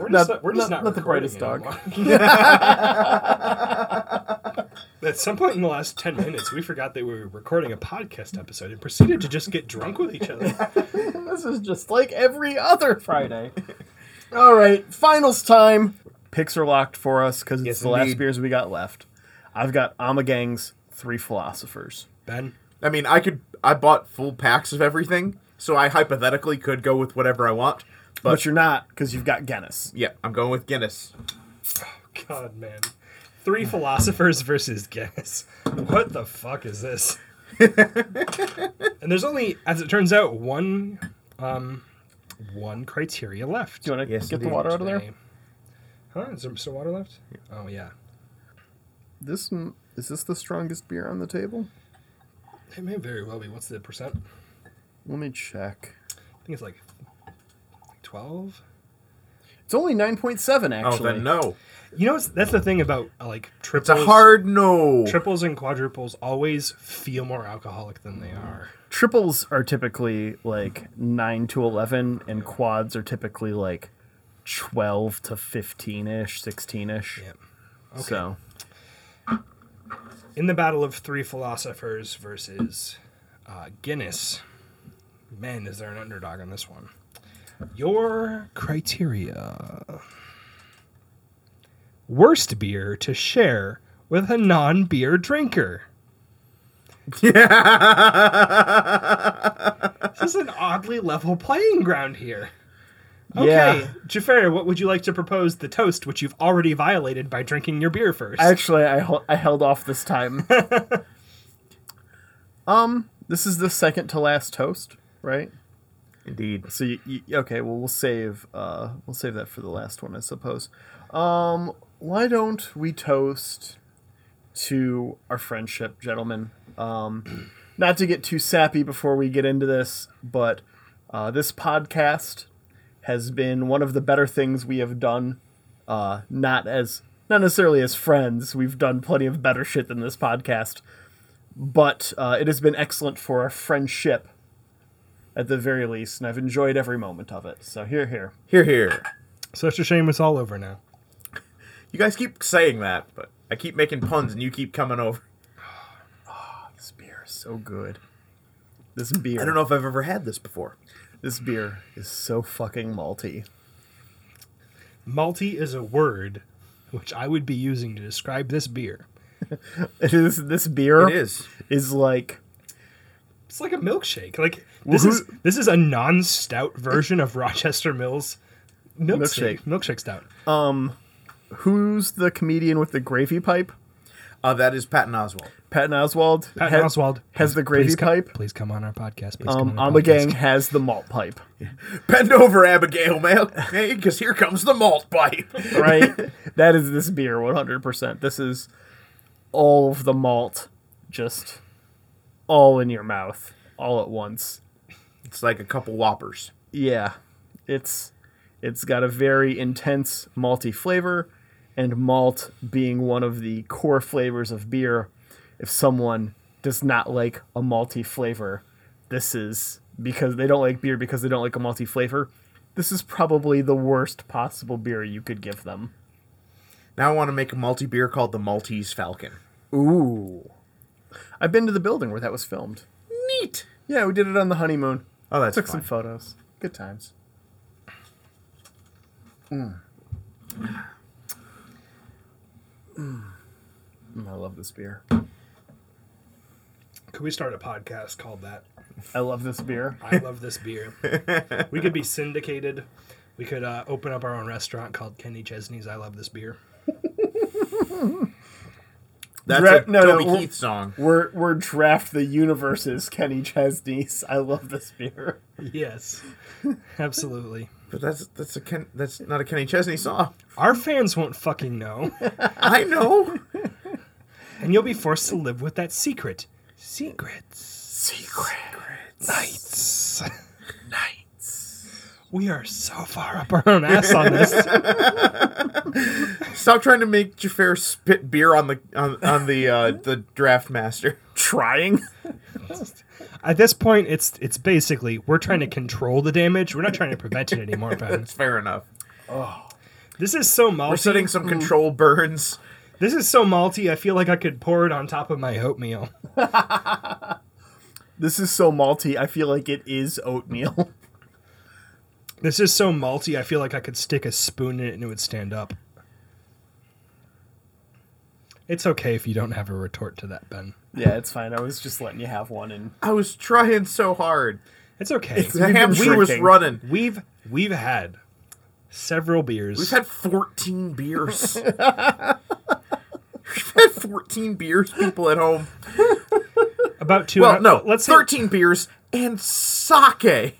Not- just not, we're just not, not- not the recording brightest dog. anymore. At some point in the last 10 minutes, we forgot that we were recording a podcast episode and proceeded to just get drunk with each other. This is just like every other Friday. All right, finals time. Picks are locked for us because it's Yes, the last indeed. beers we got left. I've got Amagang's Three Philosophers. Ben, I mean, I could I bought full packs of everything, so I hypothetically could go with whatever I want. But, But you're not because you've got Guinness. yeah, I'm going with Guinness. God, man. Three philosophers versus Guinness. What the fuck is this? and there's only, as it turns out, one um, one criteria left. Do you want to Yes, get the indeed. water out of there? Huh? Is there still water left? Oh, yeah. This m- is this the strongest beer on the table? It may very well be. What's the percent? Let me check. I think it's like 12. It's only nine point seven actually. oh, then no. You know, it's, that's the thing about uh, like It's triples. a hard no. Triples and quadruples always feel more alcoholic than they are. Triples are typically like nine to eleven, and quads are typically like twelve to fifteen ish, sixteen ish. Yep. So In the battle of three philosophers versus uh, Guinness, man, is there an underdog on this one? Your criteria: worst beer to share with a non-beer drinker. this is an oddly level playing ground here. Okay, Yeah. Jafar, what would you like to propose the toast, which you've already violated by drinking your beer first? actually, I hel- I held off this time. um, this is the second to last toast, right? Indeed. So you, you, okay, well we'll save uh we'll save that for the last one, I suppose. Um, why don't we toast to our friendship, gentlemen? Um, not to get too sappy before we get into this, but uh, this podcast has been one of the better things we have done. Uh, not as not necessarily as friends, we've done plenty of better shit than this podcast, but uh, it has been excellent for our friendship at the very least, and I've enjoyed every moment of it. So here, here. Here, here. Such a shame it's all over now. You guys keep saying that, but I keep making puns and you keep coming over. This beer is so good. This beer. I don't know if I've ever had this before. This beer is so fucking malty. Malty is a word which I would be using to describe this beer. It is. This beer It is. is like It's like a milkshake. Like this is this is a non-stout version of Rochester Mills milkshake. Milkshake. Milkshake, stout. who's the comedian with the gravy pipe? Uh, that is Patton Oswald. Patton Oswald. Patton Oswald has the gravy please co- pipe. please come on our podcast. Please Um, come on our Amagang podcast. has the malt pipe, Bend over, Abigail, man, because here comes the malt pipe. right? that is this beer, one hundred percent. This is all of the malt, just all in your mouth, all at once. It's like a couple whoppers. Yeah, it's it's got a very intense malty flavor, and malt being one of the core flavors of beer. If someone does not like a malty flavor, this is because they don't like beer because they don't like a malty flavor. This is probably the worst possible beer you could give them. Now I want to make a multi beer called the Maltese Falcon. Ooh, I've been to the building where that was filmed. Neat. Yeah, we did it on the honeymoon. Oh, that's Took fine. some photos. Good times. Mm. Mm, I love this beer. Could we start a podcast called that? I love this beer. I love this beer. we could be syndicated. We could uh, open up our own restaurant called Kenny Chesney's I Love This Beer. That's Dra- a no, no, Toby we're- Keith song. We're we're draft the universe's Kenny Chesney's. I love this beer. Yes, absolutely. But that's that's a Ken, that's not a Kenny Chesney song. Our fans won't fucking know. I know. and you'll be forced to live with that secret. Secrets. Secrets. Nights. Nights. We are so far up our own ass on this. Stop trying to make Jafar spit beer on the on, on the uh, the draft master. Trying. At this point, it's it's basically we're trying to control the damage. We're not trying to prevent it anymore, Ben. That's fair enough. This is so We're malty. setting some control burns. this is so malty. I feel like I could pour it on top of my oatmeal. This is so malty. I feel like it is oatmeal. This is so malty. I feel like I could stick a spoon in it and it would stand up. It's okay if you don't have a retort to that, Ben. yeah, it's fine. I was just letting you have one. And I was trying so hard. It's okay. The been hamster was shrinking. running. we've we've had several beers. We've had 14 beers. We've had 14 beers, people at home. about two. Well, no, let's say- 13 beers and sake.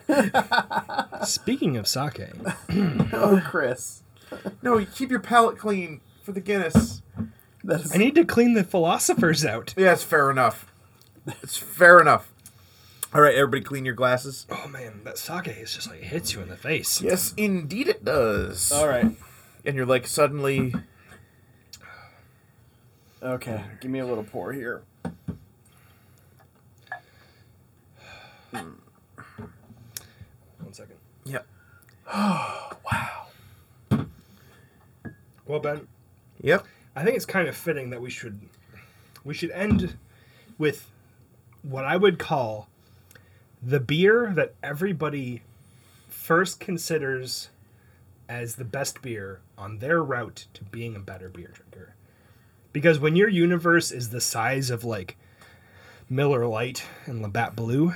Speaking of sake, oh, Chris, No, you keep your palate clean for the Guinness. that is I need to clean the philosophers out. Yeah, it's fair enough. It's fair enough. All right, everybody, clean your glasses. Oh man, that sake is just like hits you in the face. Yes, indeed it does. all right. And you're like suddenly Okay, give me a little pour here. One second. Yeah. Well, Ben, Yep. I think it's kind of fitting that we should we should end with what I would call the beer that everybody first considers as the best beer on their route to being a better beer drinker. Because when your universe is the size of like Miller Lite and Labatt Blue,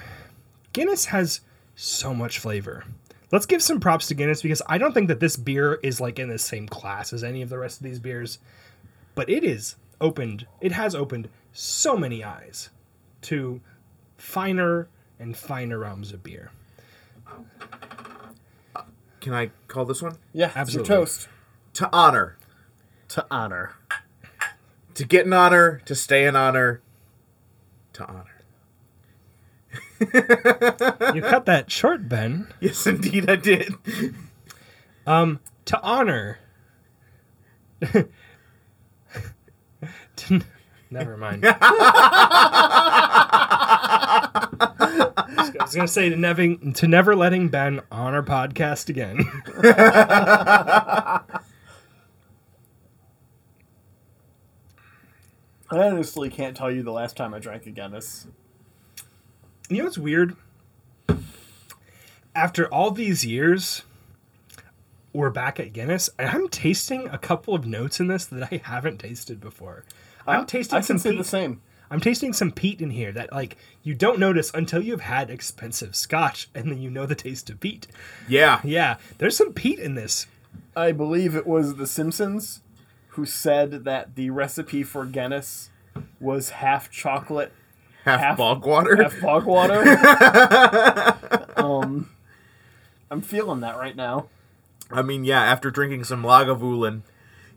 Guinness has so much flavor. Let's give some props to Guinness because I don't think that this beer is like in the same class as any of the rest of these beers but it is opened it has opened so many eyes to finer and finer realms of beer Can I call this one? Yeah, it's Absolutely. your toast To honor. to honor. To get in honor, to stay in honor, to honor. you cut that short ben Um, Yes, indeed I did. to honor To- never mind i was gonna say to never, to never letting ben on our podcast again I honestly can't tell you the last time I drank a Guinness. You know what's weird? After all these years, we're back at Guinness, and I'm tasting a couple of notes in this that I haven't tasted before. I'm tasting I can some say the peat. same. I'm tasting some peat in here that like you don't notice until you've had expensive scotch, and then you know the taste of peat. Yeah. Yeah, there's some peat in this. I believe it was The Simpsons who said that the recipe for Guinness was half chocolate, Half, Half- bog water. half bog water. um, I'm feeling that right now. I mean, yeah, after drinking some Lagavulin,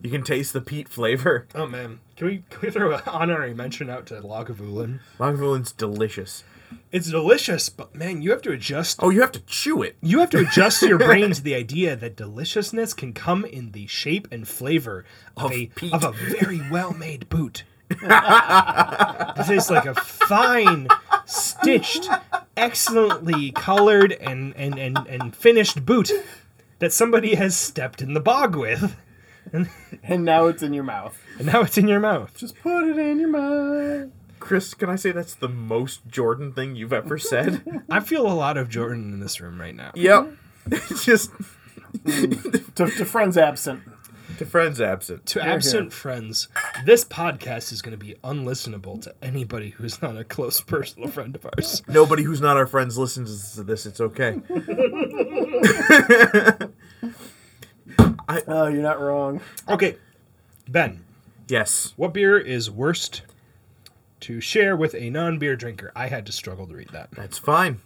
you can taste the peat flavor. Oh man, can we can we throw an honorary mention out to Lagavulin? Lagavulin's delicious. It's delicious, but man, you have to adjust Oh, you have to chew it. You have to adjust your brain to the idea that deliciousness can come in the shape and flavor of, Of a peat. of a very well made boot. this is like a fine, stitched, excellently colored and, and, and, and finished boot that somebody has stepped in the bog with. And now it's in your mouth. And now it's in your mouth. Just put it in your mouth. Chris, can I say that's the most Jordan thing you've ever said? I feel a lot of Jordan in this room right now. yep. Just To, to friends absent. to friends absent. To absent friends, this podcast is going to be unlistenable to anybody who's not a close personal friend of ours. Nobody who's not our friends listens to this. It's okay. Oh, you're not wrong. Okay, Ben, Yes. what beer is worst to share with a non-beer drinker? I had to struggle to read that. That's fine.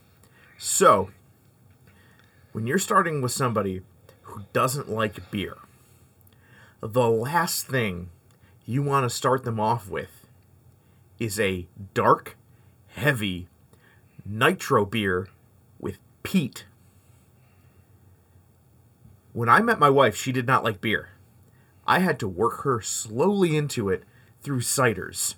So, when you're starting with somebody who doesn't like beer, the last thing you want to start them off with is a dark, heavy nitro beer with peat. When I met my wife, she did not like beer. I had to work her slowly into it through ciders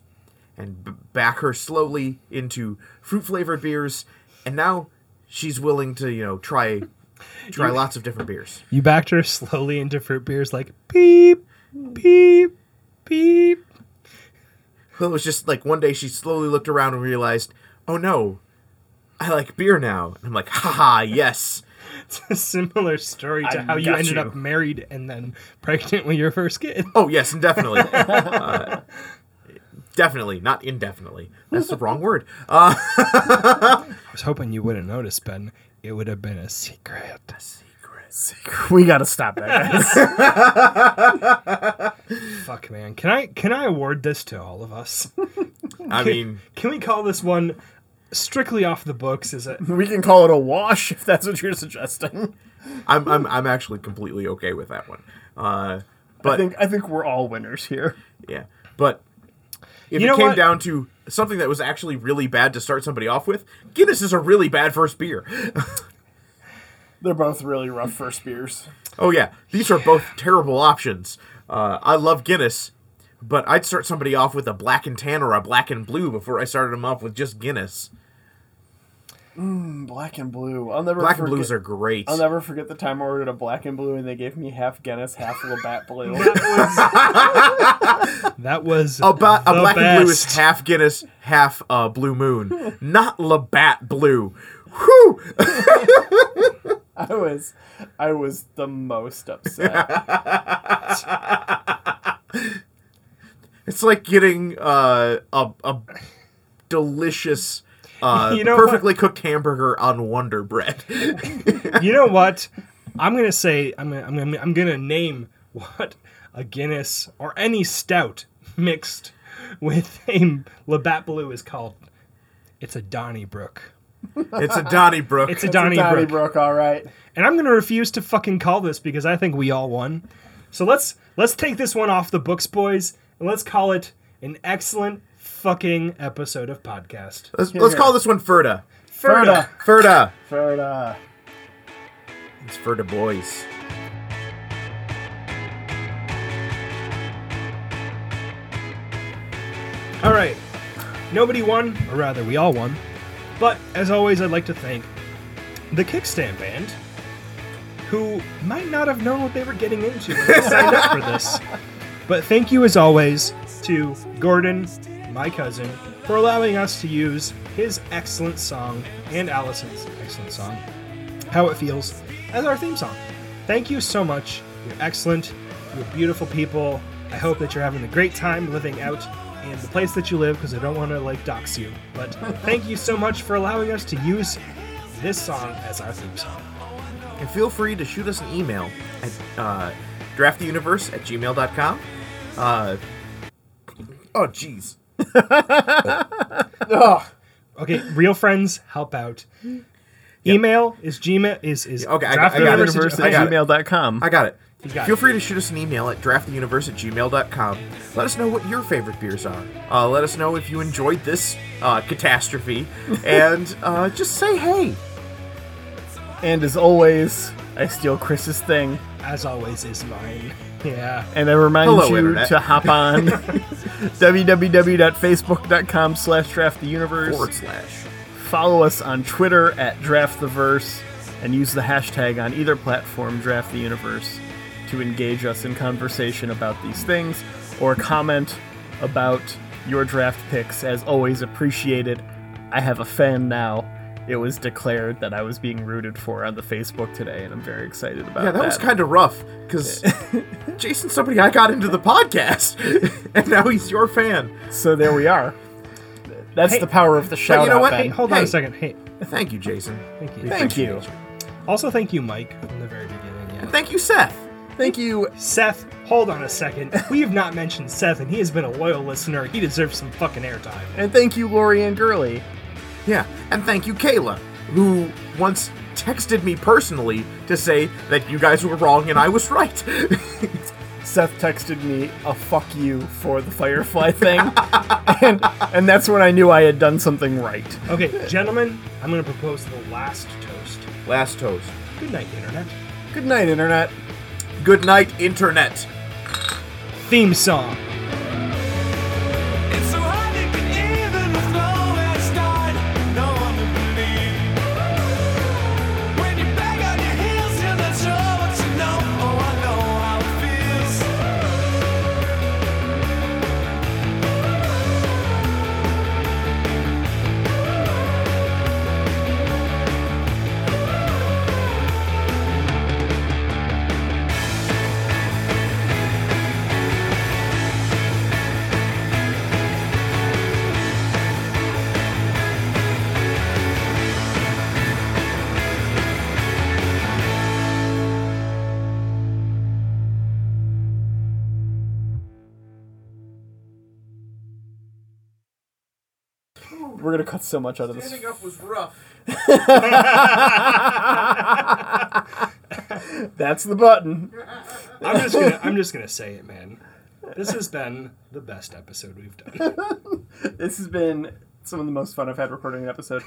and b- back her slowly into fruit flavored beers and now she's willing to, you know, try try lots of different beers. You backed her slowly into fruit beers like beep, beep, beep. But it was just like one day she slowly looked around and realized, oh no, I like beer now. And I'm like, haha, yes. It's a similar story to I how you got ended you. up married and then pregnant with your first kid. Oh, yes, definitely. uh, definitely, not indefinitely. That's the wrong word. Uh, I was hoping you wouldn't notice, Ben. It would have been a secret. We gotta stop that. guys. Fuck, man. Can I can I award this to all of us? I mean, Can we call this one strictly off the books? Is it? we can call it a wash if that's what you're suggesting. I'm, I'm, I'm actually completely okay with that one. Uh, I but, think I think we're all winners here. yeah. But if You it know came what? down to something that was actually really bad to start somebody off with, Guinness is a really bad first beer. They're both really rough first beers. Oh yeah, these are both terrible options. Uh, I love Guinness, but I'd start somebody off with a black and tan or a black and blue before I started them off with just Guinness. Black and blue. I'll never Black and forget, blues are great. I'll never forget the time I ordered a black and blue and they gave me half Guinness, half Labatt Blue. That was A, ba- a the black and blue is best. half Guinness, half uh, Blue Moon, not Labatt Blue. Whew! I was, I was the most upset. It's like getting uh, a a delicious, uh, You know what? perfectly cooked hamburger on Wonder Bread. you know what? I'm gonna say I'm gonna, I'm gonna I'm gonna name what a Guinness or any stout mixed with a Labatt Blue is called. It's a Donnybrook. it's a Donnybrook. It's a Donny Donnybrook. Brook, all right. And I'm gonna refuse to fucking call this because I think we all won. So let's let's take this one off the books, boys, and let's call it an excellent fucking episode of podcast. let's let's yeah. call this one Ferda. Ferda. Ferda. Fair enough. It's for the boys. All right. Nobody won, or rather, we all won. But as always, I'd like to thank the Kickstand Band, who might not have known what they were getting into when they signed up for this. But thank you, as always, to Gordon, my cousin, for allowing us to use his excellent song and Allison's excellent song, How It Feels, as our theme song. Thank you so much. You're excellent. You're beautiful people. I hope that you're having a great time living out in the place that you live because I don't want to like dox you. But thank you so much for allowing us to use this song as our theme song. And feel free to shoot us an email at uh, drafttheuniverse at gmail.com. Uh, oh, jeez. Okay, real friends help out. Email is Gmail is is Okay, I got- I got it. drafttheuniverse- I got it. gmail.com. I got it. got feel it. free to shoot us an email at drafttheuniverse at gmail.com. Let us know what your favorite beers are. Uh, let us know if you enjoyed this uh, catastrophe. and uh, just say hey. And as always, I steal Chris's thing, as always is mine. Yeah. and I remind Hello, you Internet. to hop on www.facebook.com slash draft the universe. Forward slash. Follow us on Twitter at Draft the Verse and use the hashtag on either platform Draft the Universe to engage us in conversation about these things or comment about your draft picks. As always, appreciated. I have a fan now. It was declared that I was being rooted for on the Facebook today, and I'm very excited about Yeah, that was kind of rough because Jason's somebody I got into the podcast, and now he's your fan. so there we are. That's Hey, the power of the shout know out, what? Ben. Hey, Hold on Hey. a second. Hey, Thank you, Jason. thank you. Thank, you. Jason. Also, thank you, Mike, in the very beginning. Yeah. Thank you, Seth. Thank you. Seth, hold on a second. We have not mentioned Seth, and he has been a loyal listener. He deserves some fucking airtime. And thank you, Lori and Gurley. Yeah, and thank you, Kayla, who once texted me personally to say that you guys were wrong and I was right. Seth texted me a fuck you for the Firefly thing. and, and that's when I knew I had done something right. Okay, gentlemen, I'm going to propose the last toast. Last toast. Good night, Internet. Good night, Internet. Good night, Internet. Theme song. It's so hard to get even with nowhere to start, no one to believe. When you're back on your heels, you're not sure what you know. Oh, I know how it feels. We're gonna cut so much out of this. up was rough. That's the button. I'm just gonna I'm just gonna say it, man. This has been the best episode we've done. This has been some of the most fun I've had recording an episode.